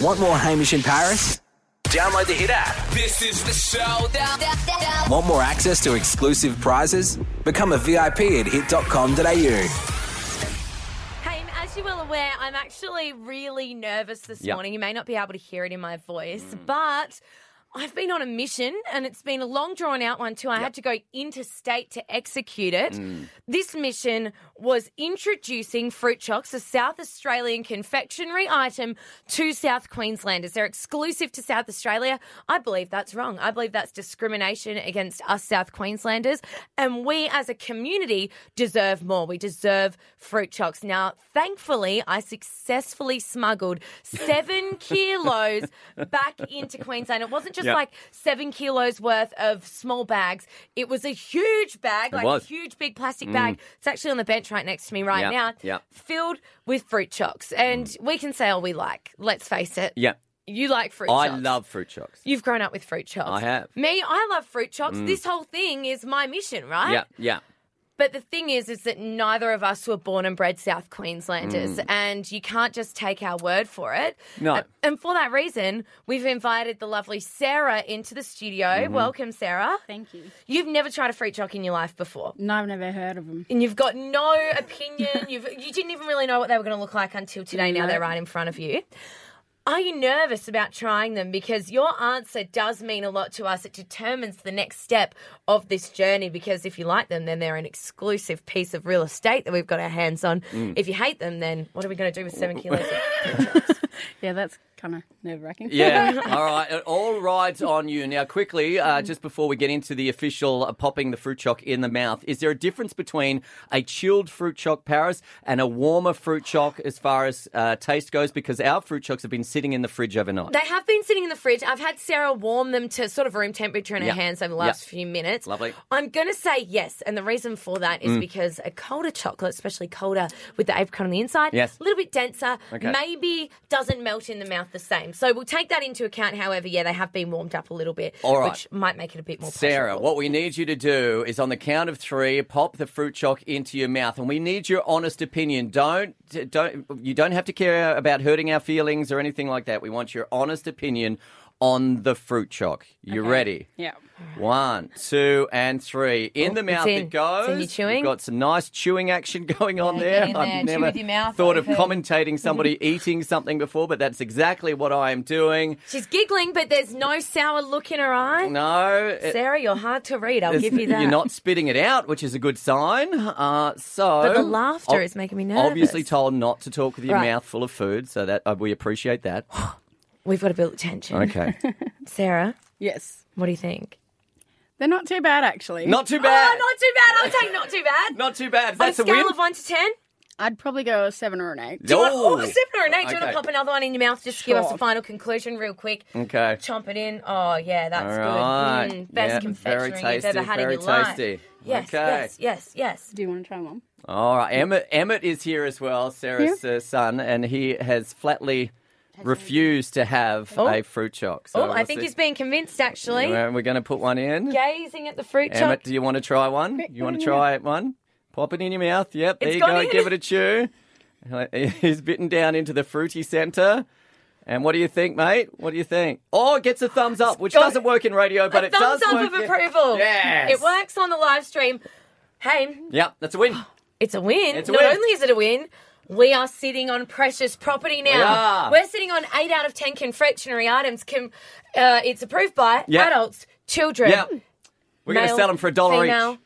Want more Hamish in Paris? Download the Hit app. This is the showdown. Want more access to exclusive prizes? Become a VIP at hit.com.au. Hey, as you well aware, I'm actually really nervous this Yeah. Mm. morning. You may not be able to hear it in my voice, but I've been on a mission and it's been a long drawn out one too. I had to go interstate to execute it. Mm. This mission was introducing Fruit Chocks, a South Australian confectionery item, to South Queenslanders. They're exclusive to South Australia. I believe that's wrong. I believe that's discrimination against us South Queenslanders. And we as a community deserve more. We deserve Fruit Chocks. Now, thankfully, I successfully smuggled seven kilos back into Queensland. It wasn't just Yeah. like seven kilos worth of small bags, it was a huge bag, like was. Mm. a huge big plastic bag. It's actually on the bench right next to me right Yeah, now, yeah. filled with fruit chocks. And we can say all we like. Let's face it. Mm. Yeah. You like fruit I chocks. love fruit chocks. You've grown up with fruit chocks. I have. Mm. Me, I love fruit chocks. This whole thing is my mission, right? Yeah, yeah. But the thing is, is that neither of us were born and bred South Queenslanders, and you can't just take our word for it. Mm. No. A- And for that reason, we've invited the lovely Sarah into the studio. Mm-hmm. Welcome, Sarah. Thank you. You've never tried a fruit choc in your life before. No, I've never heard of them. And you've got no opinion. You've you didn't even really know what they were going to look like until today. Now No. they're right in front of you. Are you nervous about trying them? Because your answer does mean a lot to us. It determines the next step of this journey. Because if you like them, then they're an exclusive piece of real estate that we've got our hands on. If you hate them, then what are we going to do with seven kilos? Yeah, that's kind of nerve wracking. Yeah. all right. It all rides on you. Now, quickly, uh, just before we get into the official uh, popping the fruit choc in the mouth, is there a difference between a chilled fruit choc Paris and a warmer fruit choc as far as uh, taste goes? Because our fruit chocs have been sitting in the fridge overnight. They have been sitting in the fridge. I've had Sarah warm them to sort of room temperature in Yeah. her hands over the last Yeah. few minutes. Lovely. Mm. I'm going to say yes. And the reason for that is because a colder chocolate, especially colder with the apricot on the inside, Yes. a little bit denser, Okay. maybe doesn't melt in the mouth the same. So we'll take that into account. However, yeah, they have been warmed up a little bit, All right. which might make it a bit more Sarah, pleasurable. what we need you to do is on the count of three, pop the fruit chalk into your mouth, and we need your honest opinion. Don't don't you don't have to care about hurting our feelings or anything like that. We want your honest opinion on the fruit chalk. You ready? Yeah. One, two, and three. In the Oh, mouth it's in. it goes. It's in your chewing. We've got some nice chewing action going on Yeah, there. get in there. I've Chew never with your mouth thought of open. commentating somebody eating something before, but that's exactly what I am doing. She's giggling, but there's no sour look in her eye. No, it- Sarah, you're hard to read. I'll give you that. are not spitting it out, which is a good sign. Uh, so, But the laughter Ob- is making me nervous. Obviously, told not to talk with your Right. mouth full of food, so that uh, we appreciate that. We've got to build tension. Okay, Sarah, Yes. what do you think? They're not too bad, actually. not too bad. Oh, not too bad. I'll take not too bad. not too bad. On a That's a scale win. of one to ten. I'd probably go a seven or an eight. Do you want, oh, a seven or an eight. Do you want to Okay. pop another one in your mouth? Just to give us a Sure. final conclusion, real quick. Okay. Chomp it in. Oh yeah, that's All right. good. Mm, best Yeah, very confectionery you've ever tasty, had very in your life. tasty. Yes, Okay. yes, yes, yes. Do you want to try one? All right, Emmett. Emmett is here as well, Sarah's uh, son, and he has flatly refused to have a fruit choc. So Oh, I we'll think see. he's being convinced actually. Uh, We're going to put one in. Gazing at the fruit Emmett, choc. do you want to try one? you put want it to in try it one? Pop it in your mouth. Yep, there It's you gone go. in. Give it a chew. He's bitten down into the fruity centre. And what do you think, mate? What do you think? Oh, it gets a thumbs up, which got- doesn't work in radio, but a it thumbs does up work of in- approval. Yes. It works on the live stream. Hey, Yep, that's a win. It's a win. It's a Not win. only is it a win, we are sitting on precious property now. are. We're sitting on eight out of ten confectionery items. Can, uh, it's approved by Yeah. adults, children. Yep. We're going to male, sell them for a dollar female. each.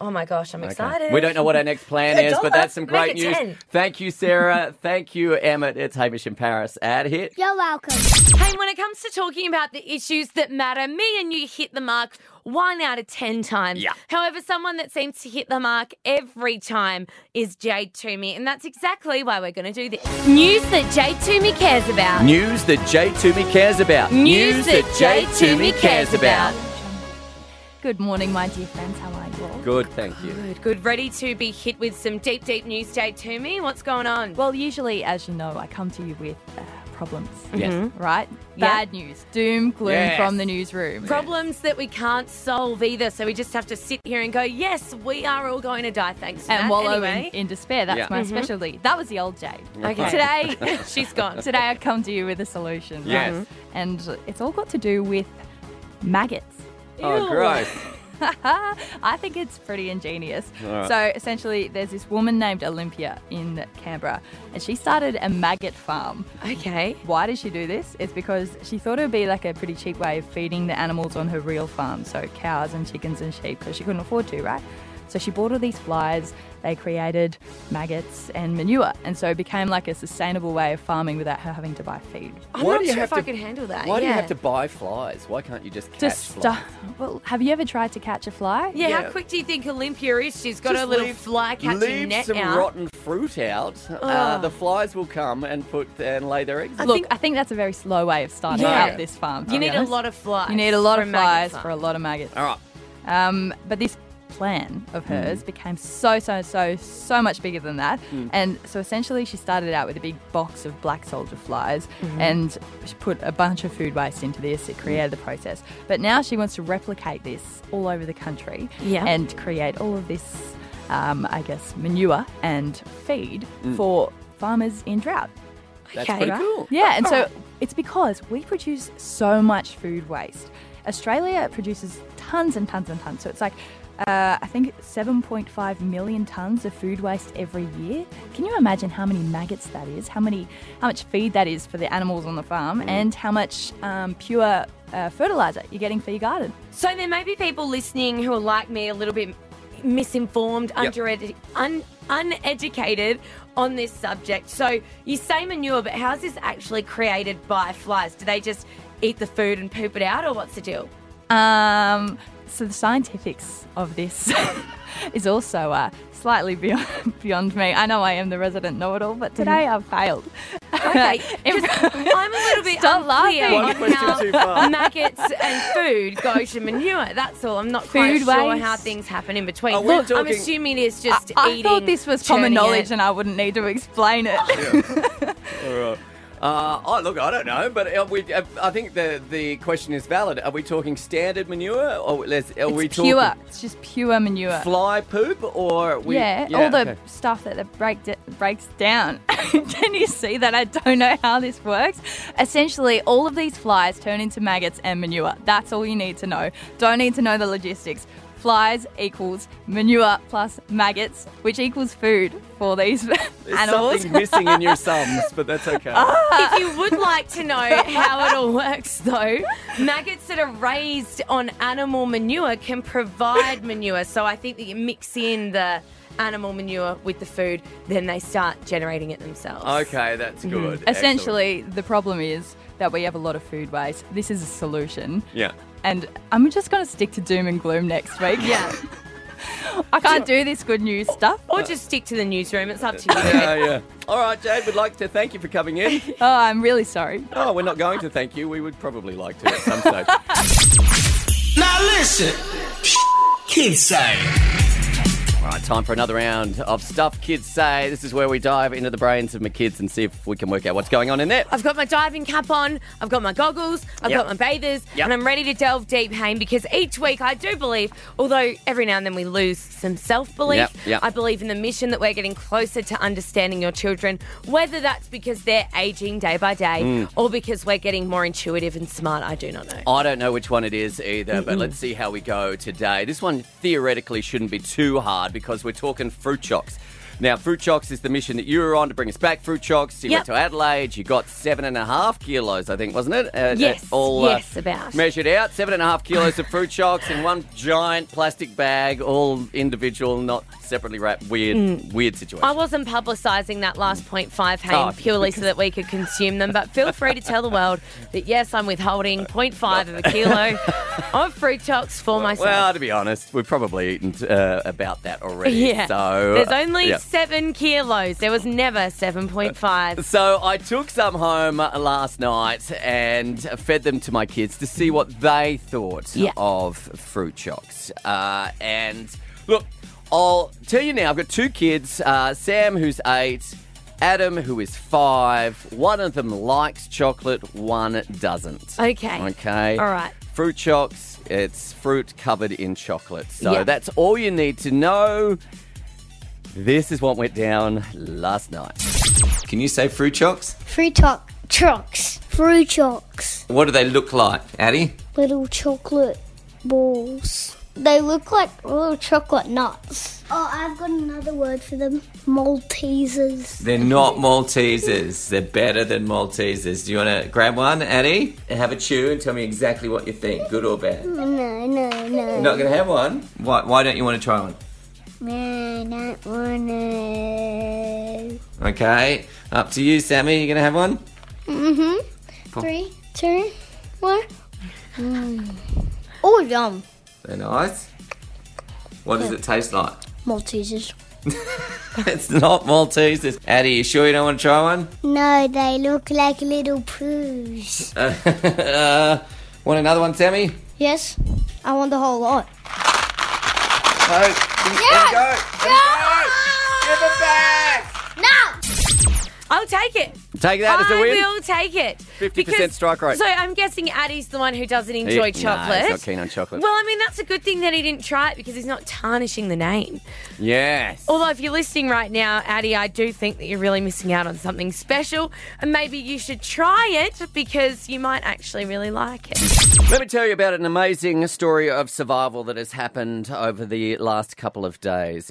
Oh my gosh, I'm excited. We don't know what our next plan is, dollar. but that's some Make great it news. 10. Thank you, Sarah. Thank you, Emmett. It's Hamish in Paris at Hit. You're welcome. Hey, when it comes to talking about the issues that matter, me and you hit the mark one out of 10 times. Yeah. However, someone that seems to hit the mark every time is Jade Toomey, and that's exactly why we're going to do this. News that Jade Toomey cares about. News that Jay Toomey cares about. News that Jay Toomey cares about. Good morning, my dear friends. How are you all? Good, thank you. Good, good. Ready to be hit with some deep, deep news day to me. What's going on? Well, usually, as you know, I come to you with uh, problems. Yes. Right? Yeah. Bad news, doom, gloom Yes. from the newsroom. Problems that we can't solve either, so we just have to sit here and go, yes, we are all going to die, thanks. to and that." wallow anyway. in, in despair. That's Yeah. my specialty. That was the old Jade. Okay. Today, She's gone. today I come to you with a solution. right? Yes. And it's all got to do with maggots. Oh, Ew. gross. I think it's pretty ingenious. right. So essentially, there's this woman named Olympia in Canberra, and she started a maggot farm. Okay. Why did she do this? It's because she thought it would be like a pretty cheap way of feeding the animals on her real farm, so cows and chickens and sheep, because she couldn't afford to, right? So she bought all these flies, they created maggots and manure, and so it became like a sustainable way of farming without her having to buy feed. I'm not sure if I could handle that, Why do you yeah. have to buy flies? Why can't you just catch Just flies? stu- well, have you ever tried to catch a fly? Yeah, Yeah. how quick do you think Olympia is? She's got Just her little leave- fly catching leave net some out. rotten fruit out. Uh, the flies will come and put and lay their eggs. I in. Look, think- I think that's a very slow way of starting Yeah. out this farm. to You be need a honest. lot of flies. You need a lot for of maggot flies for a farm. lot of maggots. All right. Um, but this plan of hers became so, so, so, so much bigger than that. And so essentially, she started out with a big box of black soldier flies and she put a bunch of food waste into this. It created the process. But now she wants to replicate this all over the country Yeah. and create all of this, um, I guess, manure and feed for farmers in drought. That's Okay. pretty Right. cool. Yeah, and so it's because we produce so much food waste. Australia produces tons and tons and tons. So it's like, uh, I think 7.5 million tons of food waste every year. Can you imagine how many maggots that is? How many, how much feed that is for the animals on the farm, and how much um, pure uh, fertilizer you're getting for your garden? So there may be people listening who are like me, a little bit misinformed, underedu- un- uneducated on this subject. So you say manure, but how's this actually created by flies? Do they just eat the food and poop it out, or what's the deal? Um, so the scientifics of this is also uh, slightly beyond, beyond me. I know I am the resident know-it-all, but today I've failed. Okay, In- just, I'm a little bit Stop unclear laughing. One on question how too far. maggots and food go to manure. That's all. I'm not quite Food sure waste. how things happen in between. Are we I'm talking- assuming it's just I eating. thought this was common churning knowledge it. and I wouldn't need to explain it. Uh, oh, look, I don't know, but uh, we, uh, I think the the question is valid. Are we talking standard manure, or let's, are we it's pure. talking It's just pure manure. fly poop, or we, yeah, all the okay. stuff that it break d- breaks down. Can you see that? I don't know how this works. Essentially, all of these flies turn into maggots and manure. That's all you need to know. Don't need to know the logistics. Flies equals manure plus maggots, which equals food for these There's animals. something missing in your sums, but that's okay. If you would like to know how it all works, though, maggots that are raised on animal manure can provide manure. So I think that you mix in the animal manure with the food, then they start generating it themselves. Okay, Mm-hmm. that's good. Excellent. Essentially, the problem is that we have a lot of food waste. This is a solution. yeah. And I'm just going to stick to doom and gloom next week. Yeah. I can't do this good news stuff. Or just stick to the newsroom. It's up to you. Yeah, yeah. All right, Jade, we'd like to thank you for coming in. Oh, I'm really sorry. Oh, we're not going to thank you. We would probably like to at some stage. Now listen. Kids say. All right, time for another round of Stuff Kids Say. This is where we dive into the brains of my kids and see if we can work out what's going on in there. I've got my diving cap on, I've got my goggles, I've Yep. got my bathers, Yep. and I'm ready to delve deep, Hayne, because each week I do believe, although every now and then we lose some self belief, Yep, yep. I believe in the mission that we're getting closer to understanding your children, whether that's because they're aging day by day Mm. or because we're getting more intuitive and smart, I do not know. I don't know which one it is either, but let's see how we go today. This one theoretically shouldn't be too hard because we're talking fruit chocks. Now, Fruit Chocks is the mission that you were on to bring us back. Fruit Chocks, you went Yep. to Adelaide, you got seven and a half kilos, I think, wasn't it? Uh, Yes, uh, all, yes, about. Measured out, seven and a half kilos of Fruit Chocks in one giant plastic bag, all individual, not separately wrapped. Weird, weird situation. Mm. I wasn't publicising that last point five, Hayne, Oh, purely so that we could consume them. But feel free to tell the world that yes, I'm withholding 0.5 of a kilo of fruit chocks for myself. Well, to be honest, we've probably eaten uh, about that already. Yeah. So uh, There's only yeah. seven kilos. There was never seven point five. So I took some home last night and fed them to my kids to see what they thought Yeah. of fruit chocks. Uh, and look, I'll tell you now. I've got two kids: uh, Sam, who's eight, Adam, who is five. One of them likes chocolate, one doesn't. Okay. Okay. All right. Fruit chocks, it's fruit covered in chocolate. So Yeah. that's all you need to know. This is what went down last night. Can you say fruit chocks? Fruit talk. Chocks. Fruit chocks. What do they look like, Addie? Little chocolate balls. They look like little chocolate nuts. Oh, I've got another word for them. Maltesers. They're not Maltesers. They're better than Maltesers. Do you want to grab one, Addie? And Have a chew and tell me exactly what you think, good or bad. You're No, no, no. not going to have one? Why, why don't you want to try one? I don't want to. Okay, up to you, Sammy. You going to have one? Mm-hmm. Three, two, one. Oh, yum. They're nice. What does it taste like? Maltesers. It's not Maltesers. Addie, you sure you don't want to try one? No, Oh, they look like little poos. Uh, want another one, Sammy? Yes, I want the whole lot. No. There you go. There you go. Give it back. No! I'll take it. Take that as a I win. will take it. 50% Because- strike rate. So I'm guessing Addie's the one who doesn't enjoy He- nah, he's not chocolate. keen on chocolate. Well, I mean, that's a good thing that he didn't try it because he's not tarnishing the name. Yes. Although, if you're listening right now, Addie, I do think that you're really missing out on something special, and maybe you should try it because you might actually really like it. Let me tell you about an amazing story of survival that has happened over the last couple of days,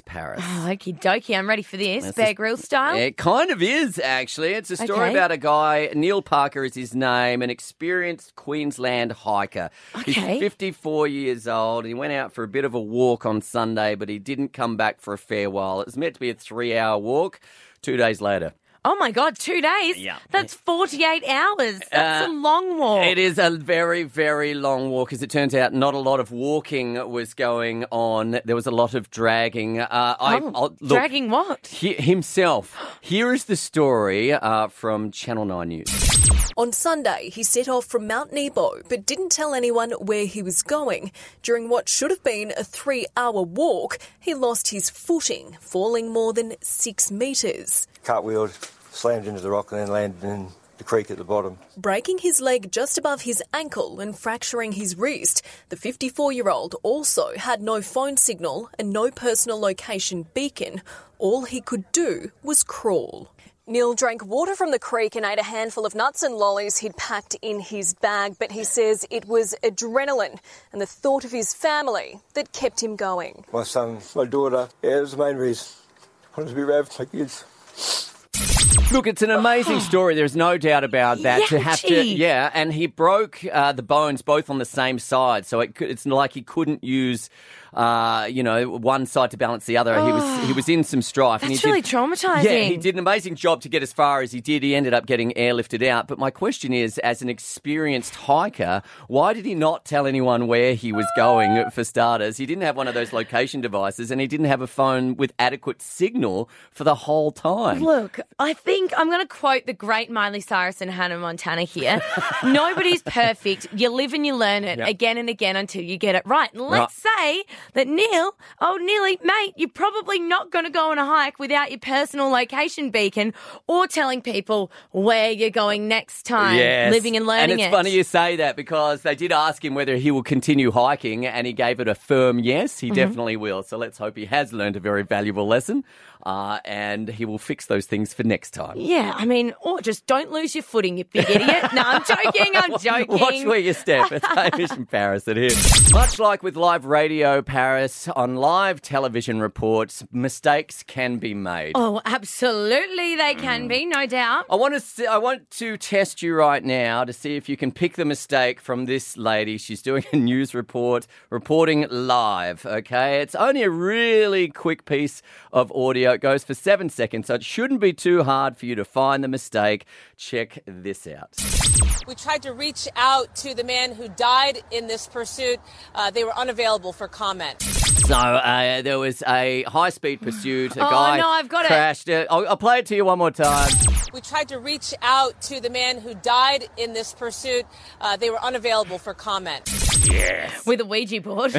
Paris. Okie dokie, I'm ready for this. That's Bear just- Grill style. It kind of is, actually. It's a story Okay. about a guy, Neil Parker is his name, an experienced Queensland hiker. Okay. He's 54 years old. He went out for a bit of a walk on Sunday, but he didn't come back for a fair while. It was meant to be a three hour walk. Two days later. Oh my God, two days? Yeah. That's 48 hours. That's a Uh, long walk. It is a very, very long walk. As it turns out, not a lot of walking was going on. There was a lot of dragging. Uh, I, Oh, I'll- look, dragging what? He, himself. Here is the story uh, from Channel 9 News. On Sunday, he set off from Mount Nebo but didn't tell anyone where he was going. During what should have been a three hour walk, he lost his footing, falling more than six metres. cartwheeled, slammed into the rock, and then landed in the creek at the bottom. Breaking his leg just above his ankle and fracturing his wrist, the 54 year old also had no phone signal and no personal location beacon. All he could do was crawl. Neil drank water from the creek and ate a handful of nuts and lollies he'd packed in his bag, but he says it was adrenaline and the thought of his family that kept him going. My son, my daughter, yeah, it was the main reason. I wanted to be around for my kids. Look, it's an amazing story. There's no doubt about that. To have to, Ouchie. yeah, and he broke uh, the bones both on the same side, so it, cou- it's like he couldn't use, uh, you know, one side to balance the other. He was he was in some strife. and Ah. That's he really did- traumatizing. Yeah, he did an amazing job to get as far as he did. He ended up getting airlifted out. But my question is, as an experienced hiker, why did he not tell anyone where he was going? For starters, he didn't have one of those location devices, and he didn't have a phone with adequate signal for the whole time. Look, I think I'm going to quote the great Miley Cyrus and Hannah Montana here. Nobody's perfect. You live and you learn it Yeah. again and again until you get it right. And let's say that Neil, oh Neely, mate, you're probably not going to go on a hike without your personal location beacon or telling people where you're going next time. Yes. Living and learning And it's it. funny you say that because they did ask him whether he will continue hiking, and he gave it a firm yes. Mm-hmm. He definitely will. So let's hope he has learned a very valuable lesson, uh, and he will fix those things for next time. yeah, I mean, or just don't lose your footing, you big idiot. No, I'm joking. I'm joking. Watch where you step. It's Hamish and Paris at here. Much like with live radio, Paris, on live television reports, mistakes can be made. Oh, absolutely, they Mm. can be, no doubt. I want to see, I want to test you right now to see if you can pick the mistake from this lady. She's doing a news report, reporting live. Okay, it's only a really quick piece of audio. It goes for seven seconds, so it shouldn't be too hard for you to find the mistake. Check this out. We tried to reach out to the man who died in this pursuit. Uh, they were unavailable for comment. So uh, there was a high-speed pursuit. A Oh, guy no, I've got it. crashed it. I'll, I'll play it to you one more time. We tried to reach out to the man who died in this pursuit. Uh, they were unavailable for comment. With a Ouija board.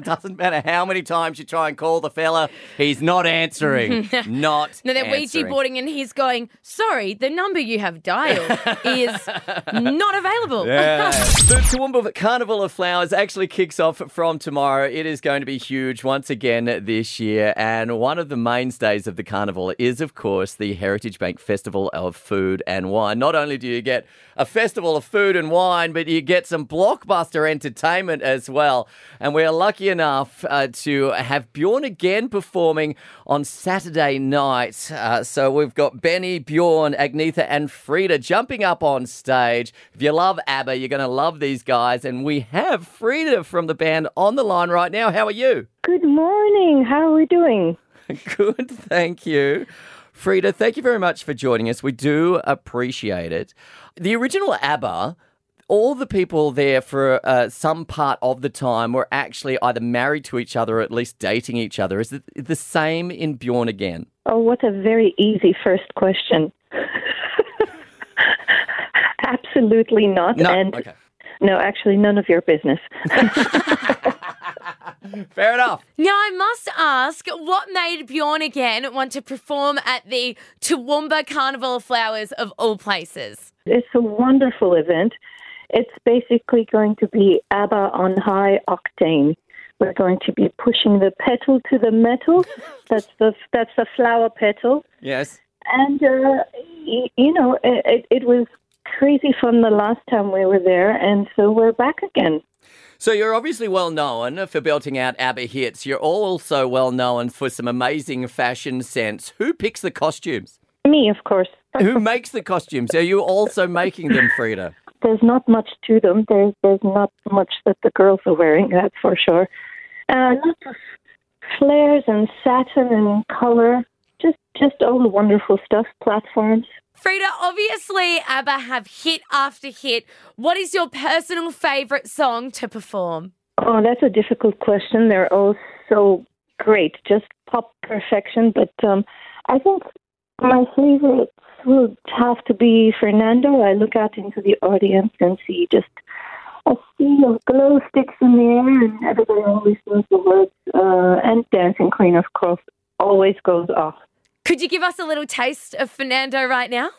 Doesn't matter how many times you try and call the fella, he's not answering. not. No, they're answering. Ouija boarding, and he's going, Sorry, the number you have dialed is not available. Yeah. the Toowoomba Carnival of Flowers actually kicks off from tomorrow. It is going to be huge once again this year. And one of the mainstays of the carnival is, of course, the Heritage Bank Festival of Food and Wine. Not only do you get a festival of food and wine, but you get some blockbuster entertainment as well. And we're lucky enough uh, to have Bjorn again performing on Saturday night. Uh, so we've got Benny, Bjorn, Agnetha, and Frida jumping up on stage. If you love ABBA, you're going to love these guys. And we have Frida from the band on the line right now. How are you? Good morning. How are we doing? Good, thank you. Frida, thank you very much for joining us. We do appreciate it. The original ABBA, all the people there for uh, some part of the time were actually either married to each other or at least dating each other. Is it the same in Bjorn again? Oh, what a very easy first question. Absolutely not. No, and okay. no, actually, none of your business. Fair enough. Now, I must ask, what made Bjorn again want to perform at the Toowoomba Carnival of Flowers of all places? It's a wonderful event. It's basically going to be ABBA on high octane. We're going to be pushing the pedal to the metal. That's the that's the flower petal. Yes. And, uh, y- you know, it, it was crazy fun the last time we were there, and so we're back again. So you're obviously well known for belting out ABBA hits. You're also well known for some amazing fashion sense. Who picks the costumes? Me, of course. Who makes the costumes? Are you also making them, Frida? There's not much to them. There's, there's not much that the girls are wearing, that's for sure. Uh, lots of flares and satin and color. Just, just all the wonderful stuff, platforms. Frida, obviously, ABBA have hit after hit. What is your personal favourite song to perform? Oh, that's a difficult question. They're all so great, just pop perfection. But um, I think my favorites would have to be Fernando. I look out into the audience and see just a sea of glow sticks in the air, and everybody always knows the words. Uh, and Dancing Queen, of course, always goes off. Could you give us a little taste of Fernando right now?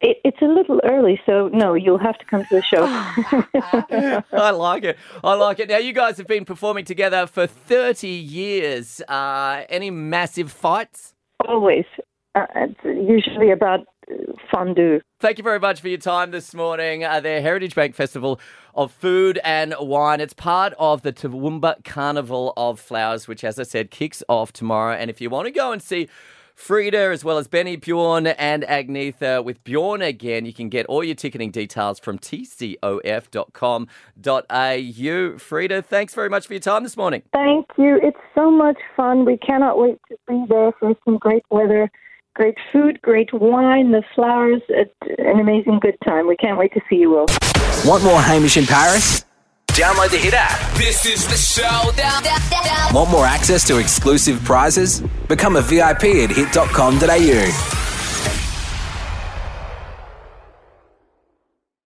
It, it's a little early, so no, you'll have to come to the show. I like it. I like it. Now, you guys have been performing together for 30 years. Uh, any massive fights? always. Uh, it's usually about uh, fondue. Thank you very much for your time this morning. Uh, the Heritage Bank Festival of Food and Wine. It's part of the Toowoomba Carnival of Flowers, which, as I said, kicks off tomorrow. And if you want to go and see Frida, as well as Benny Bjorn and Agnetha with Bjorn again, you can get all your ticketing details from tcof.com.au. Frida, thanks very much for your time this morning. Thank you. It's so much fun. We cannot wait to be there for some great weather, great food, great wine, the flowers. It's an amazing good time. We can't wait to see you all. Want more Hamish in Paris? Download the Hit app. This is the showdown. Want more access to exclusive prizes? Become a VIP at hit.com.au.